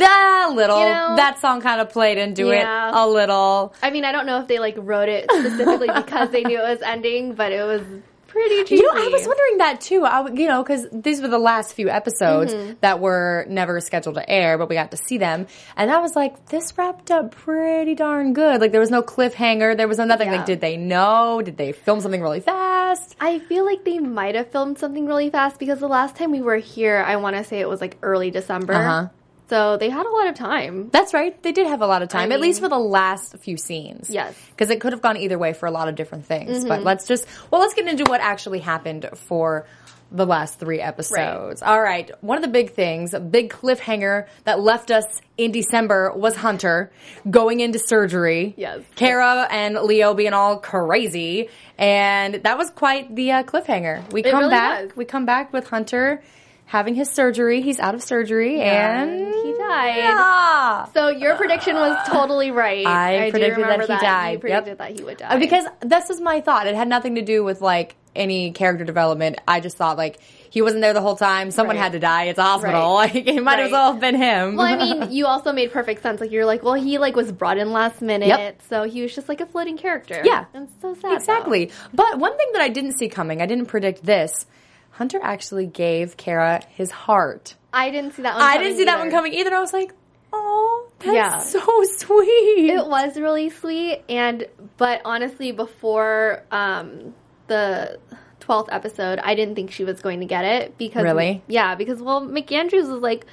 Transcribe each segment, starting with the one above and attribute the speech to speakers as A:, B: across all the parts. A: Ah, little.
B: You know-
A: that song kind of played into
B: Yeah.
A: it a little.
B: I mean, I don't know if they like wrote it specifically because they knew it was ending, but it was pretty cheesy.
A: You know, I was wondering that too. I, w- you know, because these were the last few episodes that were never scheduled to air, but we got to see them, and I was like, this wrapped up pretty darn good. Like there was no cliffhanger, there was no nothing.
B: Yeah.
A: Like, did they know? Did they film something really fast?
B: I feel like they might have filmed something really fast because the last time we were here, I want to say it was like early December.
A: Uh-huh.
B: So they had a lot of time.
A: That's right. They did have a lot of time, at least
B: mean-
A: for the last few scenes.
B: Yes. Mm-hmm.
A: because it could have gone either way for a lot of different things. But let's just well, let's get into what actually happened for. The last three episodes. All right. One of the big things, a big cliffhanger that left us in December was Hunter going into surgery.
B: Yes.
A: Kara and Leo being all crazy. And that was quite the uh, cliffhanger. We come
B: really
A: back.
B: was.
A: We come back with Hunter having his surgery. He's out of surgery and.
B: he died.
A: Yeah.
B: So your prediction was totally right.
A: I
B: do
A: predicted that
B: remember
A: he
B: You
A: died. Yep.
B: predicted that he would die.
A: Uh, Because this is my thought. It had nothing to do with like any character development. I just thought like he wasn't there the whole time. Someone
B: Right.
A: had to die. It's a hospital.
B: Right.
A: Like it might as
B: Right.
A: well have been him.
B: Well, I mean, you also made perfect sense. Like you're like, well, he like was brought in last minute,
A: Yep.
B: so he was just like a floating character.
A: Yeah.
B: and so sad. though.
A: exactly. But one thing that I didn't see coming, I didn't predict this. Hunter actually gave Kara his heart.
B: I didn't see that. one
A: I
B: coming
A: didn't see that
B: either.
A: one coming either. I was like, oh, that's
B: Yeah.
A: so sweet.
B: It was really sweet, and but honestly, before um the. 12th episode, I didn't think she was going to get it because
A: Really?
B: yeah, because well, McAndrews was like,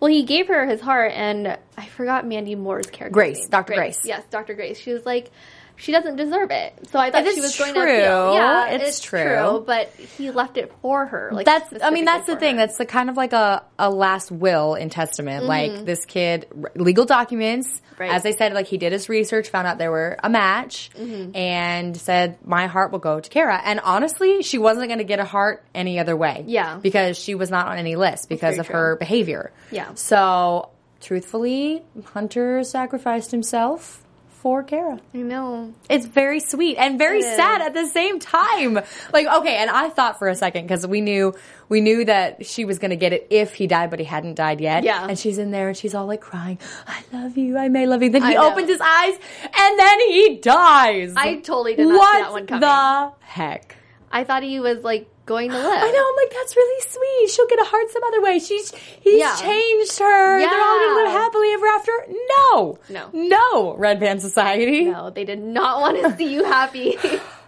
B: well, he gave her his heart, and I forgot Mandy Moore's character,
A: Grace, Dr. Grace.
B: yes, Dr. Grace. She was like, she doesn't deserve it, so I thought
A: That
B: she
A: is
B: was going
A: true.
B: to appeal. Yeah,
A: It's true.
B: but he left it for her. Like
A: that's i mean
B: specifically
A: that's the
B: for
A: thing
B: her.
A: that's the kind of like a, a last will and testament like this kid r- legal documents
B: Mm-hmm. Right.
A: as they said like he did his research found out they were a match
B: Mm-hmm.
A: and said my heart will go to kara and honestly she wasn't going to get a heart any other way
B: Yeah.
A: because she was not on any list because
B: very
A: of
B: true.
A: her behavior
B: Yeah.
A: so truthfully hunter sacrificed himself for kara
B: I know.
A: it's very sweet and very
B: It is.
A: sad at the same time. Like, okay, and I thought for a second because we knew we knew that she was going to get it if he died, but he hadn't died yet.
B: Yeah.
A: and she's in there and she's all like crying, "I love you, I may love you." Then
B: I
A: he
B: know.
A: opens his eyes and then he dies.
B: I totally did not see
A: what
B: that one coming.
A: the heck?
B: I thought he was like going to live.
A: I know. I'm like, that's really sweet. She'll get a heart some other way. She's he's
B: Yeah.
A: changed her. They're all going to live
B: Yeah.
A: happily ever after. No,
B: No.
A: no, Red Band Society.
B: No, they did not want to see you happy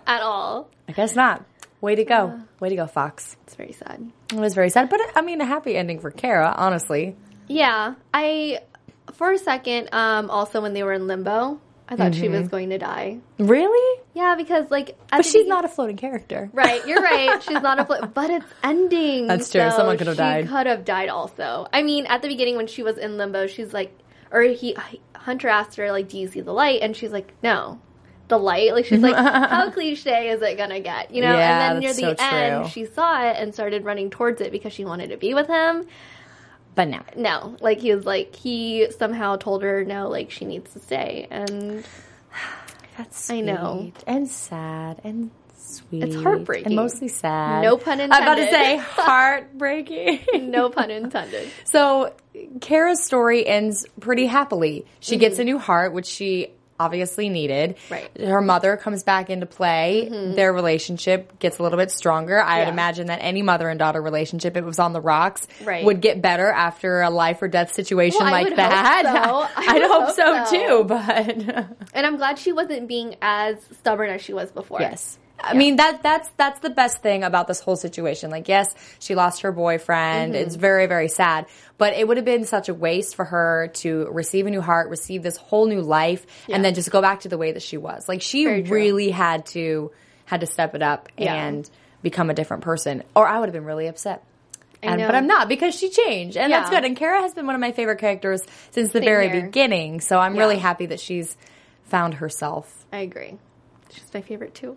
B: at all.
A: I guess not. Way to
B: Uh.
A: go. Way to go, Fox.
B: It's very sad.
A: It was very sad, but I mean, a happy ending for Kara, honestly.
B: Yeah, I for a second. Um, also when they were in limbo, I thought she was going to die.
A: Really?
B: Yeah, because like, at
A: But
B: the
A: she's
B: begin-
A: not a floating character.
B: Right, you're right. She's not a fl- but it's ending.
A: That's true.
B: so
A: Someone could have
B: she
A: died.
B: Could have died also. I mean, at the beginning when she was in limbo, she's like, or he Hunter asked her like, "Do you see the light?" And she's like, "No." The light, like she's like, how cliche is it gonna get, you know?
A: Yeah,
B: and then near
A: that's
B: the
A: so
B: end,
A: true.
B: she saw it and started running towards it because she wanted to be with him.
A: But now.
B: No, like he was like he somehow told her no, like she needs to stay, and
A: That's
B: I know.
A: sweet And sad and Sweet.
B: It's heartbreaking.
A: And mostly sad.
B: No pun
A: I'm about to
B: intended.
A: say heartbreaking.
B: No pun intended.
A: So Kara's story ends pretty happily. She gets a new heart, which she obviously needed.
B: Mm-hmm. Right. Mm-hmm.
A: Her mother comes back into play. Their relationship gets a little bit stronger. I would
B: Yeah.
A: imagine that any mother and daughter relationship, it was on the rocks,
B: Right.
A: would get better after a life or death situation
B: Well, I
A: like
B: would hope
A: that.
B: so. I
A: I'd
B: would
A: hope,
B: hope
A: so,
B: so.
A: too, but
B: And I'm glad she wasn't being as stubborn as she was before.
A: Yes. I mean that that's that's the best thing about this whole situation. Like yes, she lost her boyfriend.
B: Mm-hmm.
A: It's very very sad, but it would have been such a waste for her to receive a new heart, receive this whole new life
B: Yeah.
A: and then just go back to the way that she was. Like she
B: Very true.
A: really had to had to step it up
B: Yeah.
A: and become a different person or I would have been really upset.
B: I
A: And,
B: know.
A: but I'm not because she changed, and that's
B: Yeah.
A: good. And Kara has been one of my favorite characters since the
B: Same
A: very
B: here.
A: beginning. So I'm really
B: Yeah.
A: happy that she's found herself
B: I agree. She's my favorite too.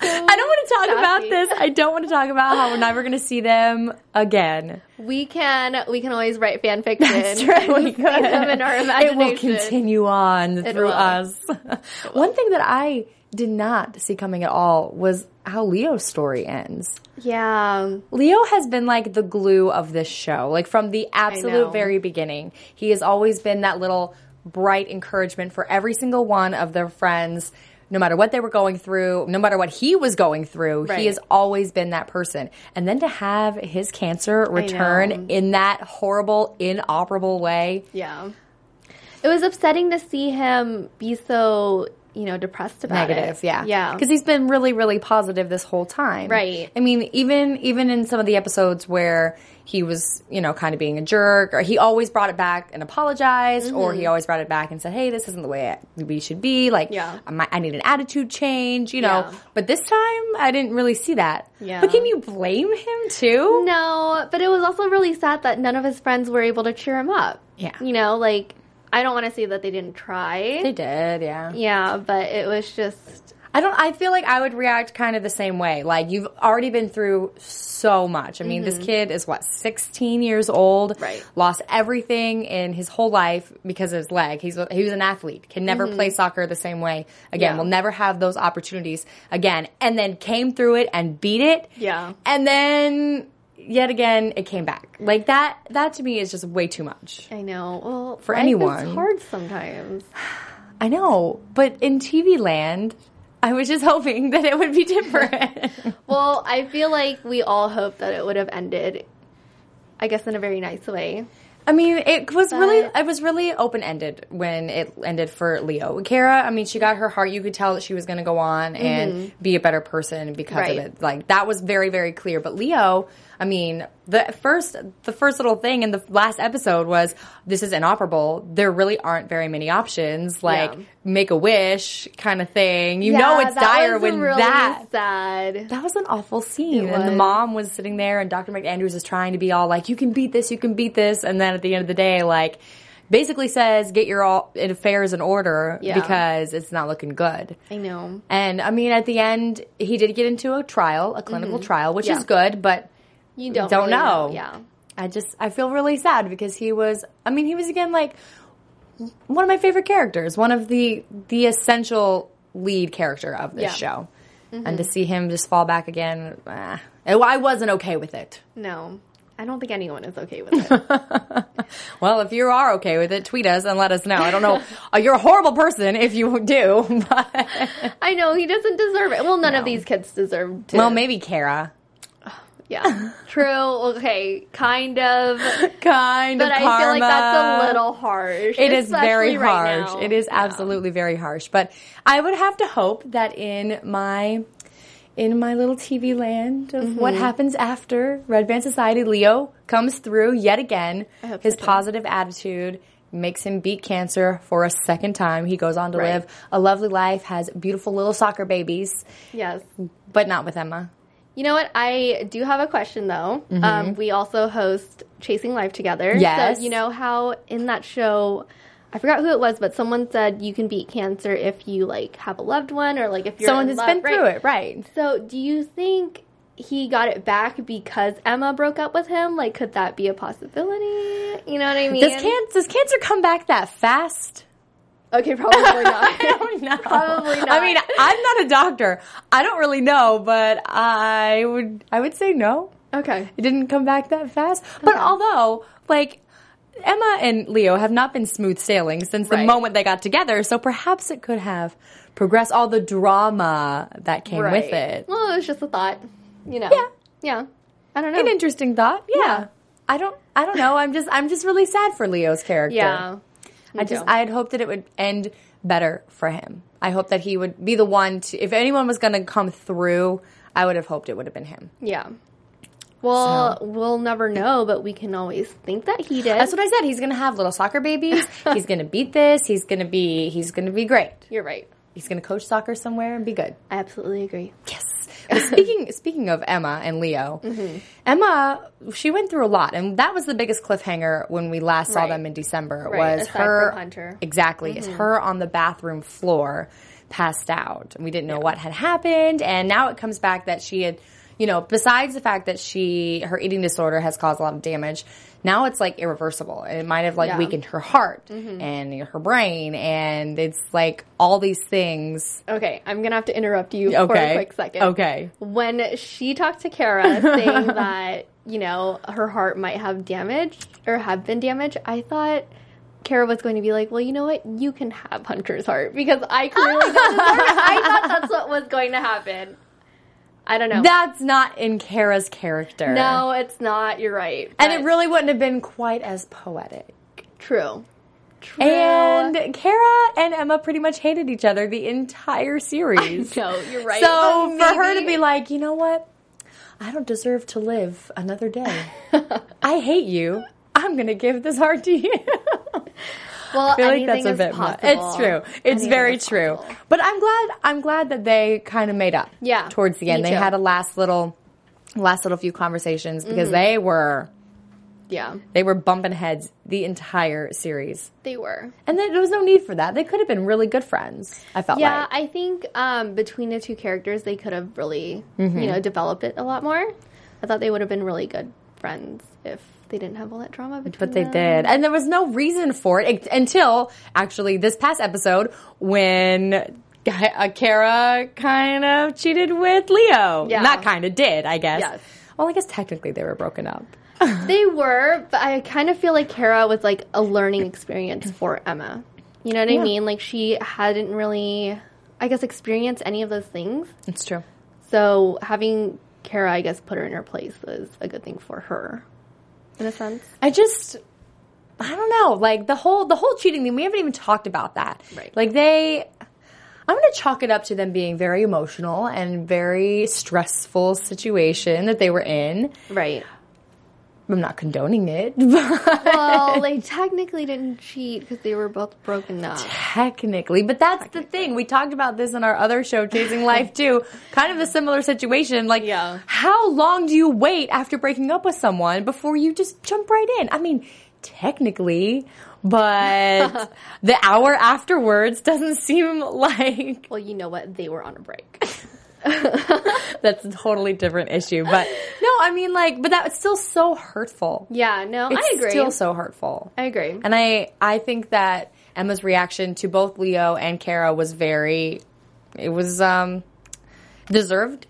A: I don't want to talk about
B: sassy.
A: this. I don't want to talk about how we're never going to see them again.
B: We can we can always write fan fiction.
A: We could.
B: them in our
A: It will
B: imagination.
A: continue on through
B: will.
A: us. One thing that I did not see coming at all was how Leo's story ends.
B: Yeah.
A: Leo has been like the glue of this show, like from the
B: know.
A: absolute very beginning. He has always been that little bright encouragement for every single one of their friends, no matter what they were going through, no matter what he was going through.
B: Right.
A: He has always been that person. And then to have his cancer return in that horrible, inoperable way.
B: Yeah. It was upsetting to see him be so, you know, depressed about
A: negative
B: it.
A: yeah
B: Yeah.
A: because he's been really really positive this whole time
B: Right.
A: i mean even even in some of the episodes where he was you know kind of being a jerk or he always brought it back and apologized or
B: Mm-hmm.
A: he always brought it back and said hey this isn't the way it, we should be like
B: Yeah.
A: I, might- I need an attitude change you know
B: Yeah.
A: but this time i didn't really see that
B: Yeah.
A: but can you blame him too
B: No, but it was also really sad that none of his friends were able to cheer him up.
A: Yeah.
B: You know, like I don't want to say that they didn't try.
A: they did yeah
B: yeah, but it was just
A: I don't. I feel like I would react kind of the same way. Like you've already been through so much. I mean, this kid is what 16 years old.
B: Mm-hmm. Right.
A: Lost everything in his whole life because of his leg. He's a- he was an athlete. Can never play soccer the same way again.
B: Mm-hmm. Yeah.
A: Will never have those opportunities again. And then came through it and beat it.
B: Yeah.
A: And then yet again it came back. Like that. That to me is just way too much.
B: I know. Well,
A: For
B: life
A: anyone.
B: is hard sometimes.
A: I know. But in TV land, I was just hoping that it would be different.
B: Well, I feel like we all hope that it would have ended, I guess, in a very nice way.
A: I mean, it was really
B: But-
A: it was really open ended when it ended for Leo. Kara, I mean, she got her heart. You could tell that she was going to go on and be a better person because
B: Mm-hmm. Right.
A: of it. Like that was very very clear. But Leo, I mean, the first the first little thing in the last episode was this is inoperable. There really aren't very many options. Like
B: Yeah.
A: make a wish kind of thing. You know it's dire when that
B: sad.
A: that was an awful scene.
B: It
A: And the
B: was.
A: mom was sitting there, and Dr. McAndrews is trying to be all like, "You can beat this, you can beat this," and then at the end of the day, like, basically says, "Get your all affairs in order
B: Yeah.
A: because it's not looking good."
B: I know.
A: And I mean, at the end, he did get into a trial, a clinical trial, which
B: Mm-hmm. Yeah.
A: is good, but
B: You don't
A: don't
B: really
A: know.
B: Yeah.
A: I just I feel really sad because he was. I mean, he was again like one of my favorite characters, one of the the essential lead character of this
B: Yeah. Mm-hmm.
A: show, and to see him just fall back again, eh. And I wasn't okay with it.
B: No. I don't think anyone is okay with it.
A: Well, if you are okay with it, tweet us and let us know. I don't know. Uh, You're a horrible person if you do, but
B: I know he doesn't deserve it. Well, none
A: No.
B: of these kids deserve to.
A: well, maybe Kara.
B: Yeah. True. Okay. Kind of.
A: Kind
B: But
A: of
B: I feel like that's a little harsh.
A: It is very
B: especially right
A: harsh.
B: now.
A: It is
B: Yeah.
A: absolutely very harsh. But I would have to hope that in my in my little TV land
B: Mm-hmm.
A: of what happens after Red Band Society, Leo comes through yet again.
B: hope
A: His
B: so, too.
A: positive attitude makes him beat cancer for a second time. He goes on to
B: Right.
A: live a lovely life, has beautiful little soccer babies,
B: Yes.
A: but not with Emma.
B: You know what? I do have a question though. Um, we also host Chasing Life together.
A: Mm-hmm. Yes.
B: So you know how in that show, I forgot who it was, but someone said you can beat cancer if you like have a loved one or like if you're
A: Someone
B: in
A: that's
B: love,
A: been
B: right?
A: through it, right?
B: So do you think he got it back because Emma broke up with him? Like, could that be a possibility? You know what I mean?
A: Does, can- does cancer come back that fast?
B: Okay, probably not.
A: No.
B: Probably not.
A: I mean, I'm not a doctor. I don't really know, but I would I would say no.
B: okay.
A: It didn't come back that fast. But although, like, Emma and Leo have not been smooth sailing since the
B: Right.
A: moment they got together, so perhaps it could have progressed all the drama that came with
B: Right.
A: it.
B: Well, it was just a thought, you know.
A: Yeah.
B: Yeah. I don't know.
A: An interesting thought. Yeah.
B: Yeah.
A: I don't I don't know. I'm just I'm just really sad for Leo's character.
B: yeah. Me
A: I just
B: too.
A: I had hoped that it would end better for him. I hope that he would be the one to if anyone was going to come through, I would have hoped it would have been him.
B: yeah. Well, we'll never know, but we can always think that he did.
A: That's what I said. He's gonna have little soccer babies. he's gonna beat this. He's gonna be. He's gonna be great.
B: You're right.
A: He's gonna coach soccer somewhere and be good.
B: I absolutely agree.
A: Yes. But speaking speaking of Emma and Leo,
B: Mm-hmm.
A: Emma she went through a lot, and that was the biggest cliffhanger when we last saw
B: Right.
A: them in December.
B: Right,
A: Was
B: aside
A: her
B: from Hunter. Mm-hmm.
A: exactly? Is her on the bathroom floor, passed out, and we didn't know what had happened, and now it comes back that she had. You know, besides the fact that she her eating disorder has caused a lot of damage, now it's like irreversible. And It might have like
B: Yeah. Mm-hmm.
A: weakened her heart and her brain, and it's like all these things.
B: Okay, I'm gonna have to interrupt you for
A: Okay,
B: a quick second.
A: Okay,
B: When she talked to Kara saying that, you know, her heart might have damaged or have been damaged, I thought Kara was going to be like, Well, you know what? You can have Hunter's heart because I clearly don't deserve it. I thought that's what was going to happen. I don't know.
A: That's not in Kara's character.
B: no, it's not. You're right.
A: And
B: but
A: it really wouldn't have been quite as poetic.
B: true. True.
A: And Kara and Emma pretty much hated each other the entire series.
B: no, you're right.
A: So
B: but
A: for her to
B: maybe-
A: be like, you know what? I don't deserve to live another day. I hate you. I'm going to give this heart to you.
B: well,
A: I feel like
B: anything
A: that's a
B: is
A: bit much.
B: possible.
A: It's true. It's
B: Anything
A: very
B: is
A: true.
B: possible.
A: But I'm glad I'm glad that they kind of made up.
B: Yeah,
A: Towards the
B: me
A: end. They
B: too.
A: had a last little last little few conversations because
B: Mm-hmm.
A: they were
B: Yeah,
A: They were bumping heads the entire series.
B: they were.
A: And then there was no need for that. They could have been really good friends, I felt
B: Yeah,
A: like.
B: I think um, between the two characters, they could have really,
A: Mm-hmm.
B: you know, developed it a lot more. I thought they would have been really good friends if they didn't have all that drama between
A: But they
B: them.
A: did. And there was no reason for it ex- until actually this past episode when uh, Kara kind of cheated with Leo.
B: Yeah.
A: Not kind of did, I guess.
B: Yes.
A: Well, I guess technically they were broken up.
B: They were, but I kind of feel like Kara was like a learning experience for Emma. You know what I mean? Like she hadn't really, I guess, experienced any of those things.
A: It's true.
B: So having Kara, I guess, put her in her place was a good thing for her, in a sense.
A: I just I don't know, like the whole the whole cheating thing, we haven't even talked about that.
B: Right.
A: Like they I'm gonna chalk it up to them being very emotional and very stressful situation that they were in.
B: Right.
A: I'm not condoning it, but
B: Well, they technically didn't cheat because they were both broken up.
A: technically. But that's the thing. We talked about this in our other show, Chasing Life too. Kind of a similar situation. Like
B: Yeah.
A: how long do you wait after breaking up with someone before you just jump right in? I mean, technically, but the hour afterwards doesn't seem like
B: Well, you know what? They were on a break.
A: that's a totally different issue. But no, I mean like but that's still so hurtful.
B: Yeah, no,
A: It's
B: I agree.
A: still so hurtful.
B: I agree.
A: And I I think that Emma's reaction to both Leo and Kara was very it was um deserved.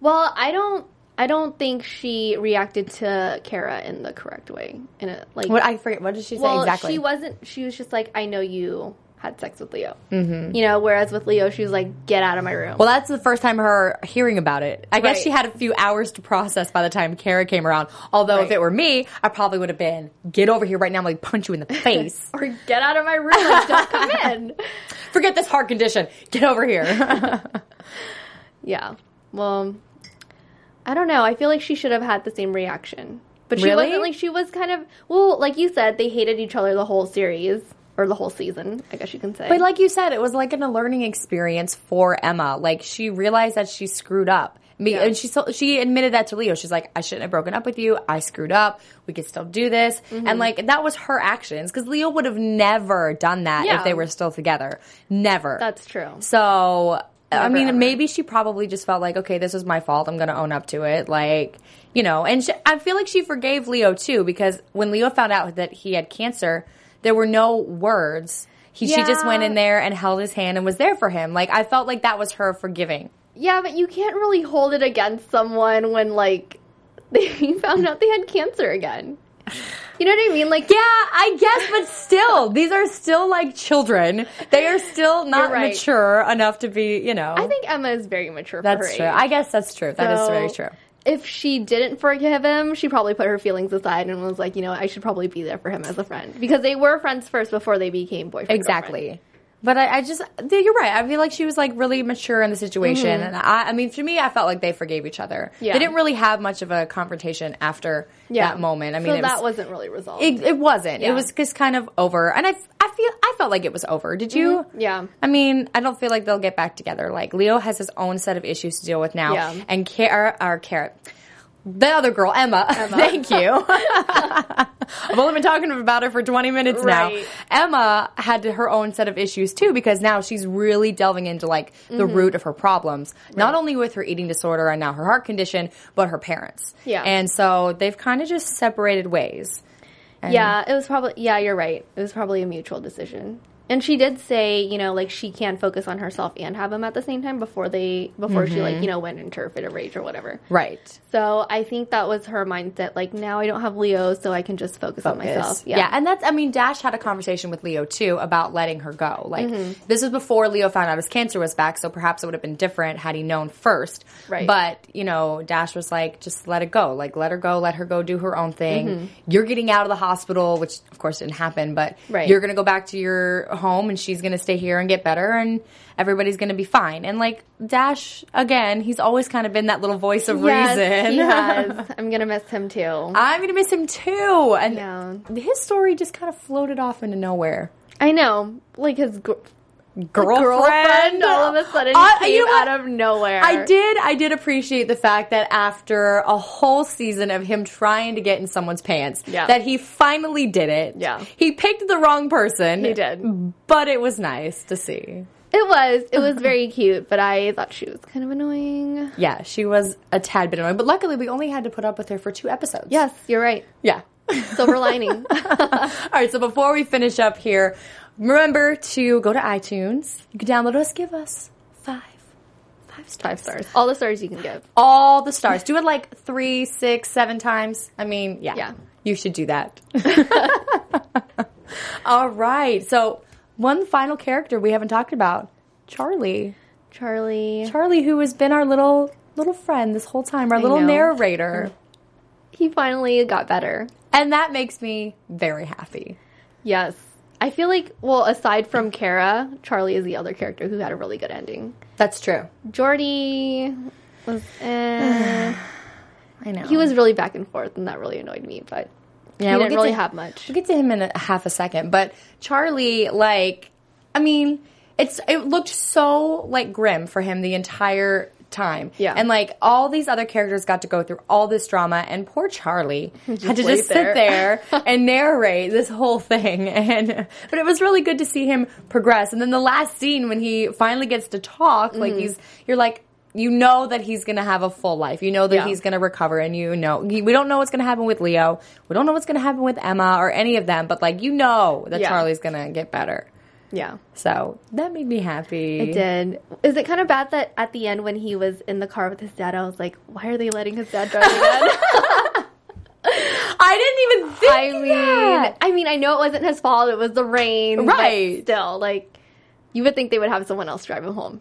B: well, I don't. I don't think she reacted to Kara in the correct way. In a like,
A: What I forget what did she say
B: well,
A: exactly?
B: she wasn't. She was just like, I know you had sex with Leo. Mm-hmm. You know, whereas with Leo, she was like, get out of my room.
A: well, that's the first time her hearing about it. I guess
B: Right.
A: she had a few hours to process by the time Kara came around. Although if
B: Right.
A: it were me, I probably would have been get over here right now, I'm like punch you in the face.
B: or get out of my room. Like, don't come in.
A: Forget this heart condition. Get over here.
B: Yeah. Well, I don't know. I feel like she should have had the same reaction. But she
A: Really?
B: wasn't like she was kind of well, like you said, they hated each other the whole series or the whole season, I guess you can say.
A: But like you said, it was like an, a learning experience for Emma. Like she realized that she screwed up. Me-
B: Yeah.
A: And she so- she admitted that to Leo. She's like, I shouldn't have broken up with you. I screwed up. We could still do this.
B: Mm-hmm.
A: And like that was her actions because Leo would have never done that if
B: Yeah.
A: they were still together. Never.
B: that's true.
A: so. I
B: Never,
A: mean,
B: ever.
A: maybe she probably just felt like, okay, this was my fault. I'm going to own up to it. Like, you know, and she, I feel like she forgave Leo too because when Leo found out that he had cancer, there were no words He, She just went
B: Yeah.
A: in there and held his hand and was there for him. Like, I felt like that was her forgiving.
B: Yeah, but you can't really hold it against someone when like they found out they had cancer again. You know what I mean? Like
A: Yeah, I guess, but still, these are still like children. They are still not
B: You're right.
A: mature enough to be, you know.
B: I think Emma is very mature for her
A: that's true.
B: age.
A: I guess that's true. that is
B: So,
A: very true.
B: If she didn't forgive him, she probably put her feelings aside and was like, you know, what, I should probably be there for him as a friend because they were friends first before they became boyfriend.
A: Exactly. But I, I just, yeah, you're right. I feel like she was like really mature in the situation. And I, I mean, to me, I felt like they forgave each other.
B: Yeah.
A: They didn't really have much of a confrontation after that moment. I mean,
B: so
A: it was,
B: that wasn't really resolved.
A: it, it wasn't. It
B: Yeah.
A: was just kind of over. And I, I feel, I felt like it was over. Did you?
B: Mm-hmm. yeah.
A: I mean, I don't feel like they'll get back together. Like Leo has his own set of issues to deal with now,
B: Yeah.
A: and Car or Carrot, the other girl, Emma. Thank you. I've only been talking about her for 20 minutes
B: Right.
A: now. Emma had her own set of issues too because now she's really delving into like the
B: Mm-hmm.
A: root of her problems, not only with her eating disorder and now her heart condition, but her parents.
B: Yeah.
A: and so they've kind of just separated ways. And-
B: Yeah, it was probably yeah, you're right. It was probably a mutual decision. And she did say, you know, like she can focus on herself and have him at the same time before they before she like, you know, went into her fit of rage or whatever.
A: Mm-hmm. right.
B: So I think that was her mindset, like now I don't have Leo, so I can just focus, on myself.
A: Yeah. and that's I mean Dash had a conversation with Leo too about letting her go. Like
B: Mm-hmm.
A: this was before Leo found out his cancer was back, so perhaps it would have been different had he known first.
B: Right.
A: But, you know, Dash was like just let it go. Like let her go, let her go do her own thing. You're getting out of the hospital, which of course didn't happen, but
B: Mm-hmm. Right.
A: you're going to go back to your home and she's going to stay here and get better and everybody's going to be fine. And like Dash again, he's always kind of been that little voice of
B: Yes,
A: reason.
B: he has. I'm gonna miss him too.
A: I'm gonna miss him too. And
B: Yeah.
A: his story just kind of floated off into nowhere.
B: I know, like his gr-
A: Girlfriend,
B: girlfriend all of a sudden
A: I-
B: came
A: Uh, you know what?
B: out of nowhere.
A: I did. I did appreciate the fact that after a whole season of him trying to get in someone's pants,
B: Yeah.
A: that he finally did it.
B: Yeah.
A: he picked the wrong person.
B: He did.
A: but it was nice to see.
B: It was it was very cute, but I thought she was kind of annoying.
A: Yeah, she was a tad bit annoying, but luckily we only had to put up with her for two episodes.
B: Yes, you're right.
A: yeah.
B: Silver lining.
A: All right, so before we finish up here, remember to go to iTunes. You can download us, give us five, five stars.
B: Five stars. All the stars you can give.
A: All the stars. Do it like three, six, seven times. I mean, yeah.
B: Yeah.
A: You should do that. All right, so one final character we haven't talked about Charlie.
B: Charlie.
A: Charlie, who has been our little little friend this whole time, our little
B: know.
A: narrator.
B: He finally got better.
A: And that makes me very happy.
B: Yes. I feel like, well, aside from Kara, Charlie is the other character who had a really good ending.
A: That's true.
B: Jordy was, eh,
A: I know.
B: he was really back and forth, and that really annoyed me, but
A: Yeah,
B: he
A: we'll
B: didn't
A: get
B: really
A: to-
B: have much.
A: We'll get to him in a half a second, but Charlie, like, I mean, it's it looked so like grim for him the entire time.
B: Yeah.
A: and like all these other characters got to go through all this drama, and poor Charlie had to
B: laid
A: just sit there and narrate this whole thing. And but it was really good to see him progress. And then the last scene when he finally gets to talk,
B: Mm-hmm.
A: like he's you're like. You know that he's gonna have a full life. You know that
B: Yeah.
A: he's gonna recover, and you know we don't know what's gonna happen with Leo. We don't know what's gonna happen with Emma or any of them. But like you know that
B: Yeah.
A: Charlie's gonna get better.
B: Yeah.
A: So that made me happy.
B: It did. Is it kind of bad that at the end when he was in the car with his dad, I was like, why are they letting his dad drive again?
A: I didn't even think.
B: I mean,
A: that.
B: I mean, I know it wasn't his fault. It was the rain, but
A: Right.
B: still, like you would think they would have someone else drive him home.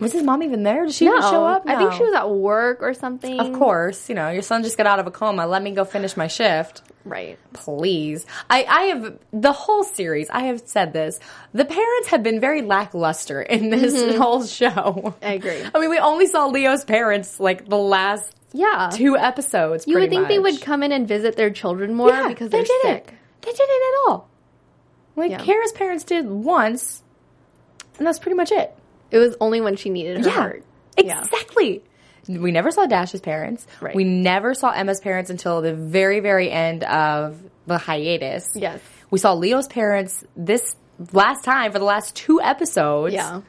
A: was his mom even there? Did she even show up?
B: I think
A: No.
B: she was at work or something.
A: Of course, you know, your son just got out of a coma. Let me go finish my shift.
B: right?
A: Please. I, I have, the whole series, I have said this. The parents have been very lackluster in this whole show.
B: Mm-hmm. I agree.
A: I mean, we only saw Leo's parents like the last
B: Yeah,
A: two episodes.
B: you would
A: pretty
B: think they
A: much.
B: would come in and visit their children more
A: Yeah,
B: because
A: they
B: they're
A: didn't.
B: sick.
A: They didn't at all. Like,
B: Yeah.
A: Kara's parents did once, and that's pretty much it.
B: It was only when she needed her heart. Yeah.
A: Exactly. We never saw Dash's parents.
B: Right.
A: We never saw Emma's parents until the very, very end of the hiatus.
B: Yes.
A: We saw Leo's parents this last time for the last two episodes.
B: Yeah.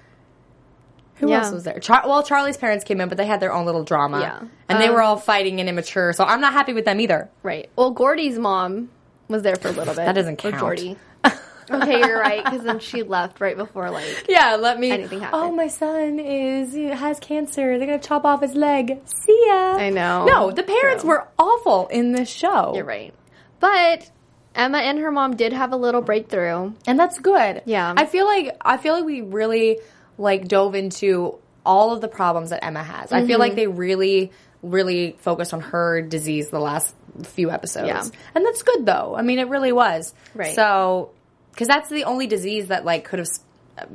A: Who
B: Yeah.
A: else was there? Char- well, Charlie's parents came in, but they had their own little drama.
B: Yeah.
A: And they were all fighting and immature, so I'm not happy with them either.
B: Right. Well, Gordy's mom was there for a little bit.
A: That doesn't
B: Or
A: count.
B: Gordy. Okay, you're right. Because then she left right before like
A: Yeah, let me.
B: Anything happen.
A: Oh, my son is has cancer. They're gonna chop off his leg. See ya.
B: I know.
A: No, the parents
B: True.
A: were awful in this show.
B: You're right. But Emma and her mom did have a little breakthrough.
A: and that's good.
B: Yeah.
A: I feel like I feel like we really like dove into all of the problems that Emma has. I
B: Mm-hmm.
A: feel like they really really focused on her disease the last few episodes.
B: Yeah.
A: And that's good though. I mean, it really was.
B: Right.
A: So cuz that's the only disease that like could have s-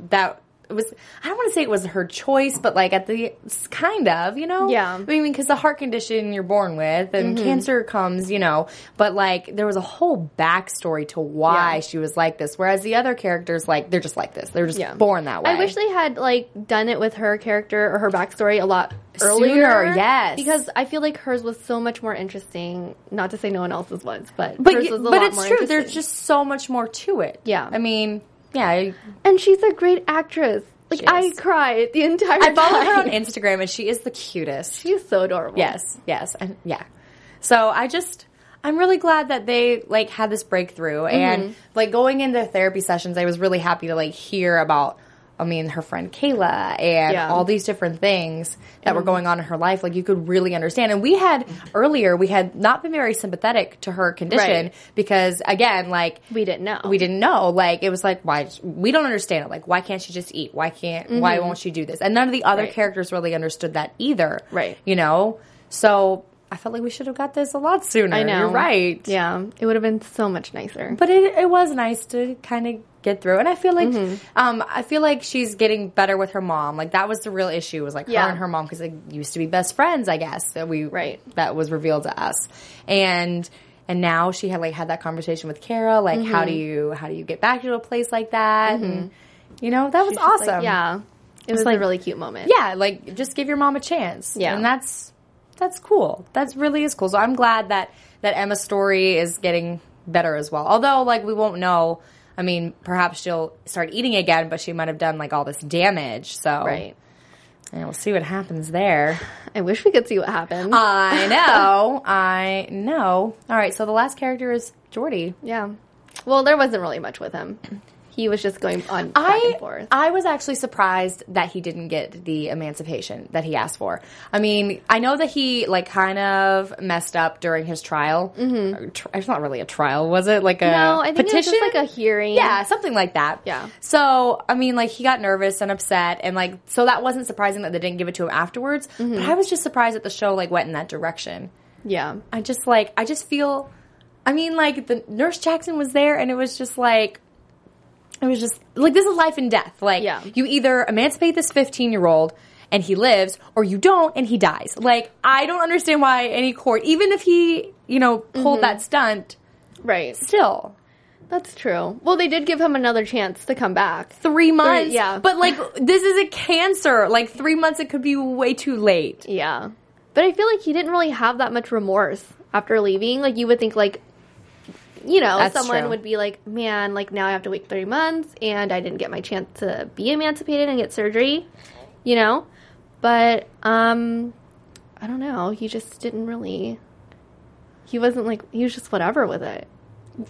A: that it was I don't want to say it was her choice, but like at the it's kind of, you know?
B: Yeah.
A: I mean, because the heart condition you're born with
B: Mm-hmm.
A: and cancer comes, you know, but like there was a whole backstory to why
B: Yeah.
A: she was like this. Whereas the other characters, like, they're just like this. They're just
B: Yeah.
A: born that way.
B: I wish they had like done it with her character or her backstory a lot earlier.
A: Sooner, yes.
B: because I feel like hers was so much more interesting. Not to say no one else's was, but
A: But,
B: hers
A: y-
B: was a
A: but
B: lot
A: it's
B: more
A: true.
B: interesting.
A: There's just so much more to it.
B: Yeah.
A: I mean, yeah. I,
B: and she's a great actress. Like
A: She
B: I
A: is.
B: cried the entire.
A: I follow her on
B: time.
A: Instagram and she is the cutest.
B: She's so adorable.
A: Yes, yes, and yeah. So I just I'm really glad that they like had this breakthrough
B: Mm-hmm.
A: and like going into therapy sessions I was really happy to like hear about I mean her friend Kayla and
B: Yeah. Mm-hmm.
A: all these different things that were going on in her life like you could really understand and we had earlier we had not been very sympathetic to her condition
B: Right.
A: because again like
B: we didn't know.
A: we didn't know. Like it was like why we don't understand it. Like why can't she just eat? Why can't why won't she do this? And none of the other
B: Mm-hmm. Right.
A: characters really understood that either.
B: Right.
A: You know. So I felt like we should have got this a lot sooner.
B: I know.
A: You're right.
B: Yeah, it would have been so much nicer.
A: But it it was nice to kind of get through. And I feel like
B: Mm-hmm.
A: um I feel like she's getting better with her mom. Like that was the real issue was like
B: Yeah.
A: her and her mom because they used to be best friends. I guess that we
B: Right.
A: that was revealed to us and and now she had like had that conversation with Kara like how do
B: Mm-hmm.
A: you how do you get back to a place like that and you know that was
B: Mm-hmm. She's just
A: awesome
B: like- yeah, it was
A: like-
B: a really cute moment.
A: yeah like just give your mom a chance
B: Yeah.
A: and that's that's cool that's really is cool so I'm glad that that Emma's story is getting better as well although like we won't know I mean perhaps she'll start eating again but she might have done like all this damage so
B: right.
A: and we'll see what happens there.
B: I wish we could see what happens.
A: I know. I know. All right, so the last character is Jordy.
B: Yeah. Well, there wasn't really much with him. He was just going on back and
A: I
B: forth.
A: I was actually surprised that he didn't get the emancipation that he asked for. I mean, I know that he like kind of messed up during his trial. Mm-hmm. It's not really a trial, was it? Like a
B: no, I think
A: petition?
B: it was just like a hearing.
A: Yeah, something like that.
B: Yeah.
A: So, I mean, like, he got nervous and upset, and, like, so that wasn't surprising that they didn't give it to him afterwards. But
B: Mm-hmm.
A: I was just surprised that the show, like, went in that direction.
B: Yeah.
A: I just like I just feel I mean like the nurse Jackson was there and it was just like it was just like this is life and death. Like
B: Yeah.
A: you either emancipate this 15-year-old and he lives or you don't and he dies. Like I don't understand why any court even if he, you know,
B: Mm-hmm.
A: pulled that stunt
B: Right.
A: still
B: That's true. Well, they did give him another chance to come back.
A: 3 months.
B: yeah.
A: But like this is a cancer. Like 3 months it could be way too late.
B: Yeah. But I feel like he didn't really have that much remorse after leaving. Like you would think like you know,
A: That's
B: someone
A: true.
B: would be like, "Man, like now I have to wait 3 months and I didn't get my chance to be emancipated and get surgery." You know? But um I don't know. He just didn't really he wasn't like he was just whatever with it.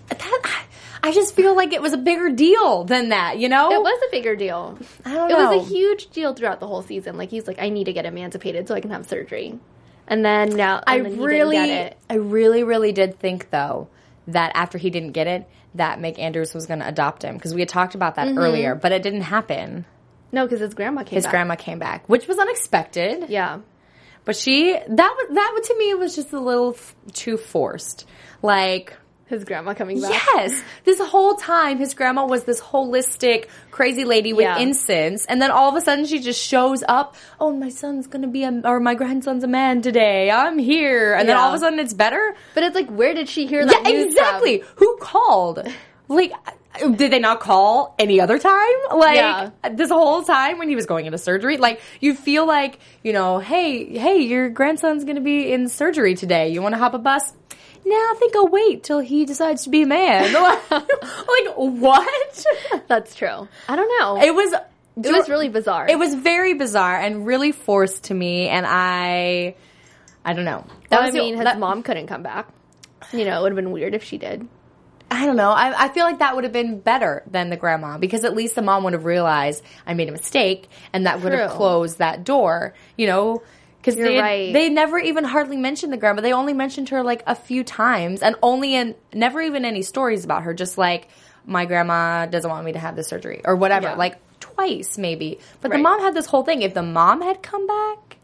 A: That I just feel like it was a bigger deal than that, you know?
B: It was a bigger deal.
A: Oh. I don't
B: it
A: know.
B: was a huge deal throughout the whole season. Like he's like, I need to get emancipated so I can have surgery, and then now and
A: I
B: then he didn't
A: really,
B: get it.
A: I really, really did think though that after he didn't get it, that Meg Andrews was going to adopt him because we had talked about that earlier, but it didn't happen.
B: Mm-hmm. No, because his grandma came.
A: His
B: back.
A: grandma came back, which was unexpected.
B: Yeah.
A: But she that was that was- to me was just a little f- too forced. Like
B: His grandma coming back.
A: yes, this whole time his grandma was this holistic crazy lady with
B: Yeah.
A: incense, and then all of a sudden she just shows up. Oh, my son's going to be a or my grandson's a man today. I'm here, and then all of
B: Yeah.
A: a sudden it's better.
B: But it's like, where did she hear that
A: yeah,
B: news
A: exactly.
B: from?
A: Who called? Like, did they not call any other time? Like
B: Yeah.
A: this whole time when he was going into surgery, like you feel like you know, hey, hey, your grandson's going to be in surgery today. You want to hop a bus? No, I think I'll wait till he decides to be a man. like, like, what?
B: That's true. I don't know.
A: It was.
B: It was really bizarre.
A: It was very bizarre and really forced to me, and I, I don't know.
B: Well,
A: That
B: I
A: was the-
B: mean, his
A: that-
B: mom couldn't come back. You know, it would have been weird if she did.
A: I don't know. I, I feel like that would have been better than the grandma because at least the mom would have realized I made a mistake and that would have
B: True.
A: closed that door, you know? Because
B: You're
A: they,
B: right.
A: they never even hardly mentioned the grandma. They only mentioned her like a few times and only in never even any stories about her, just like my grandma doesn't want me to have this surgery or whatever.
B: Yeah.
A: Like twice maybe. But the
B: Right.
A: mom had this whole thing. If the mom had come back,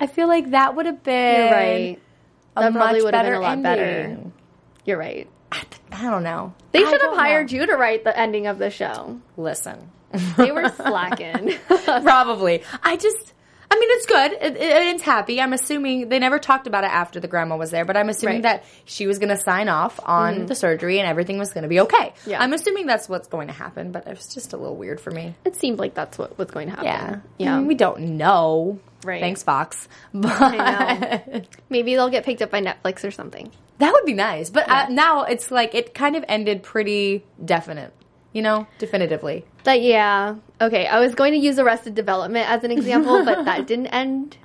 A: I feel like that would have been
B: You're right.
A: a
B: That probably
A: much
B: would have been
A: better
B: a lot better.
A: ending.
B: You're right.
A: I don't know.
B: They
A: I
B: should have
A: don't know.
B: hired you to write the ending of the show.
A: Listen.
B: They were slacking.
A: Probably. I just. I mean, it's good. It, it, it's happy. I'm assuming they never talked about it after the grandma was there, but I'm assuming
B: Right. Mm-hmm.
A: that she was going to sign off on the surgery and everything was going to be okay.
B: Yeah.
A: I'm assuming that's what's going to happen, but it's just a little weird for me.
B: it seemed like that's what was going to happen.
A: Yeah.
B: Yeah.
A: I mean, we don't know.
B: Right.
A: Thanks, Fox.
B: I know. Maybe they'll get picked up by Netflix or something.
A: That would be nice. But uh, now it's like it kind of ended pretty definite, you know, definitively.
B: That yeah. Okay, I was going to use Arrested Development as an example, but that didn't end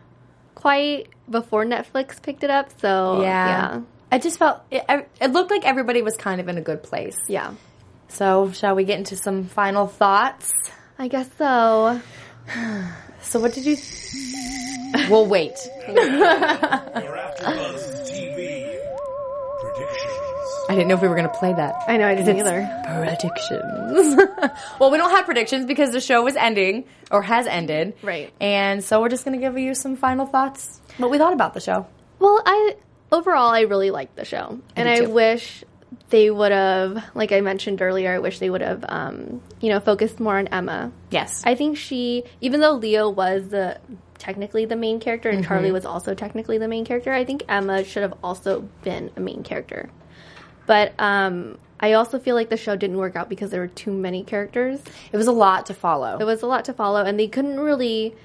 B: quite before Netflix picked it up. So
A: Yeah. I just felt it, I- it looked like everybody was kind of in a good place.
B: yeah, yeah.
A: So, shall we get into some final thoughts?
B: I guess so.
A: So what did you? we'll wait.
C: Your AfterBuzz TV predictions.
A: I didn't know if we were going to play that.
B: I know I didn't either.
A: Predictions. well, we don't have predictions because the show is ending or has ended.
B: Right.
A: And so we're just going to give you some final thoughts. What we thought about the show.
B: Well, I overall I really liked the show, and I
A: too.
B: wish they would have, like I mentioned earlier, I wish they would have, um, you know, focused more on Emma.
A: Yes.
B: I think she, even though Leo was the technically the main character and Charlie
A: Mm-hmm.
B: was also technically the main character, I think Emma should have also been a main character. But um, I also feel like the show didn't work out because there were too many characters.
A: it was a lot to follow.
B: It was a lot to follow, and they couldn't really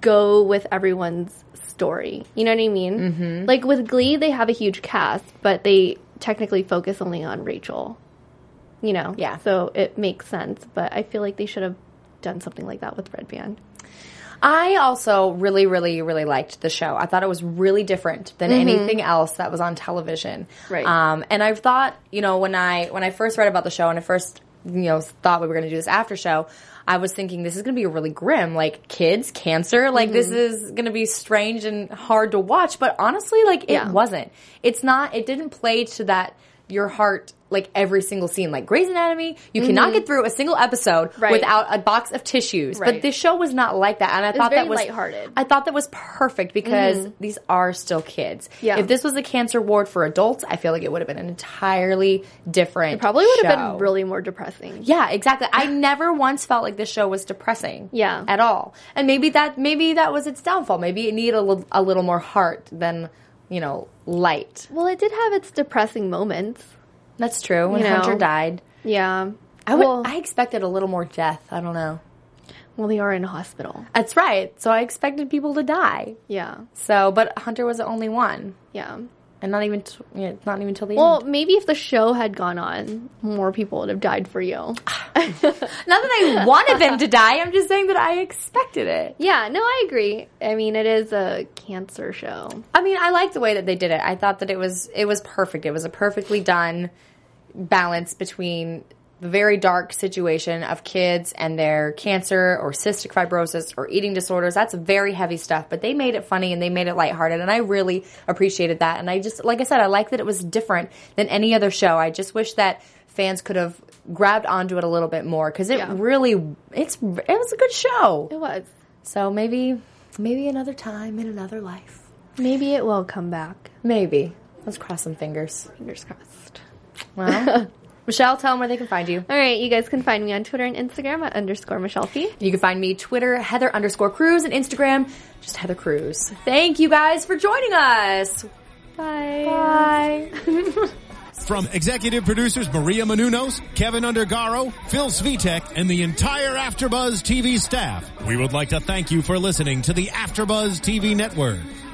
B: go with everyone's story. You know what I mean? Mm-hmm. Like with Glee, they have a huge cast, but they technically focus only on Rachel. You know?
A: Yeah.
B: So it makes sense, but I feel like they should have done something like that with Red Band.
A: I also really, really, really liked the show. I thought it was really different than anything else that was on television.
B: Mm-hmm. Right.
A: Um, and I thought, you know, when I when I first read about the show and I first, you know, thought we were going to do this after show, I was thinking this is going to be really grim, like kids, cancer, like this
B: Mm-hmm.
A: is going to be strange and hard to watch. But honestly, like it
B: Yeah.
A: wasn't. It's not. It didn't play to that your heart like every single scene like Grey's Anatomy you cannot get through a single episode
B: Mm-hmm. Right.
A: without a box of tissues but
B: Right.
A: this show was not like that and I thought
B: very
A: that was
B: lighthearted. Mm-hmm.
A: I thought that was perfect because these are still kids.
B: Yeah.
A: If this was a cancer ward for adults, I feel like it would have been an entirely different.
B: Probably would have been
A: show.
B: really more depressing.
A: Yeah, exactly. I never once felt like this show was depressing.
B: Yeah.
A: At all. And maybe that maybe that was its downfall. Maybe it needed a, li- a little more heart than you know light.
B: Well, it did have its depressing moments.
A: That's true. When
B: You know.
A: Hunter died,
B: Yeah.
A: I would
B: well,
A: I expected a little more death. I don't know.
B: well, they are in a hospital.
A: That's right. So I expected people to die.
B: Yeah.
A: So, but Hunter was the only one.
B: Yeah.
A: and not even t- you know, not even till the
B: Well,
A: end.
B: maybe if the show had gone on, more people would have died for you.
A: Not that I wanted them to die. I'm just saying that I expected it.
B: Yeah, no, I agree. I mean, it is a cancer show.
A: I mean, I liked the way that they did it. I thought that it was it was perfect. It was a perfectly done balance between the very dark situation of kids and their cancer or cystic fibrosis or eating disorders. That's very heavy stuff, but they made it funny and they made it lighthearted and I really appreciated that. And I just like I said, I like that it was different than any other show. I just wish that fans could have grabbed onto it a little bit more cuz it
B: Yeah.
A: really it's it was a good show.
B: It was.
A: So maybe maybe another time in another life.
B: Maybe it will come back.
A: Maybe. Let's cross some fingers.
B: Fingers crossed.
A: Well, Michelle, tell them where they can find you.
B: All right, you guys can find me on Twitter and Instagram at underscore Michelle Fee.
A: You can find me Twitter, Heather underscore Cruz, and Instagram, just Heather Cruz. Thank you guys for joining us.
B: Bye.
A: Bye.
D: From executive producers Maria Manunos, Kevin Undergaro, Phil Svitek, and the entire AfterBuzz TV staff, we would like to thank you for listening to the AfterBuzz TV network.